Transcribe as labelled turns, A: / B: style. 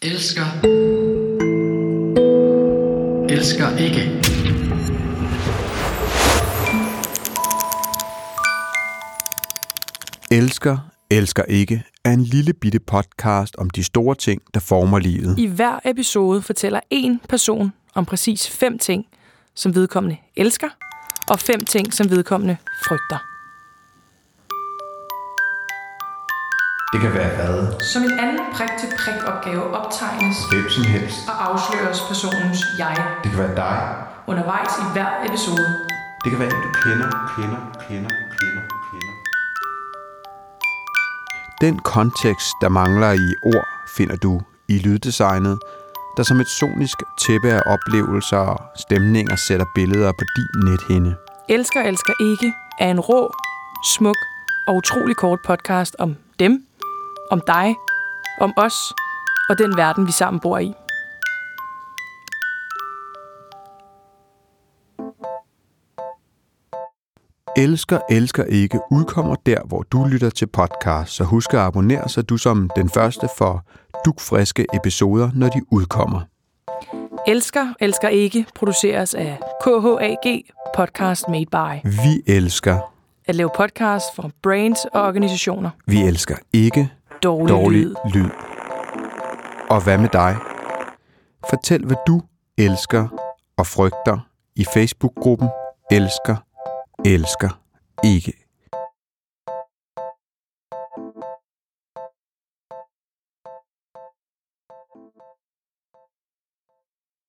A: Elsker. Elsker ikke.
B: Elsker, elsker ikke er en lille bitte podcast om de store ting, der former livet.
C: I hver episode fortæller en person om præcis fem ting, som vedkommende elsker, og fem ting, som vedkommende frygter.
B: Det kan være hvad?
C: Som en anden prik-til-prik-opgave optegnes
B: Hvem som helst.
C: og afsløres personens jeg
B: Det kan være dig.
C: undervejs i hver episode.
B: Det kan være en, du kender, kender, kender, kender, kender. Den kontekst, der mangler i ord, finder du i lyddesignet, der som et sonisk tæppe af oplevelser og stemninger sætter billeder på din nethinde.
C: Elsker, elsker ikke er en rå, smuk og utrolig kort podcast om dem, om dig, om os og den verden, vi sammen bor i.
B: Elsker, elsker ikke udkommer der, hvor du lytter til podcast, så husk at abonnere, så du som den første får dukfriske episoder, når de udkommer.
C: Elsker, elsker ikke produceres af KHAG Podcast Made by.
B: Vi elsker,
C: At lave podcast for brands og organisationer.
B: vi elsker ikke
C: Dårlig,
B: dårlig
C: lyd.
B: lyd. Og hvad med dig? Fortæl, hvad du elsker og frygter i Facebook-gruppen Elsker, elsker ikke.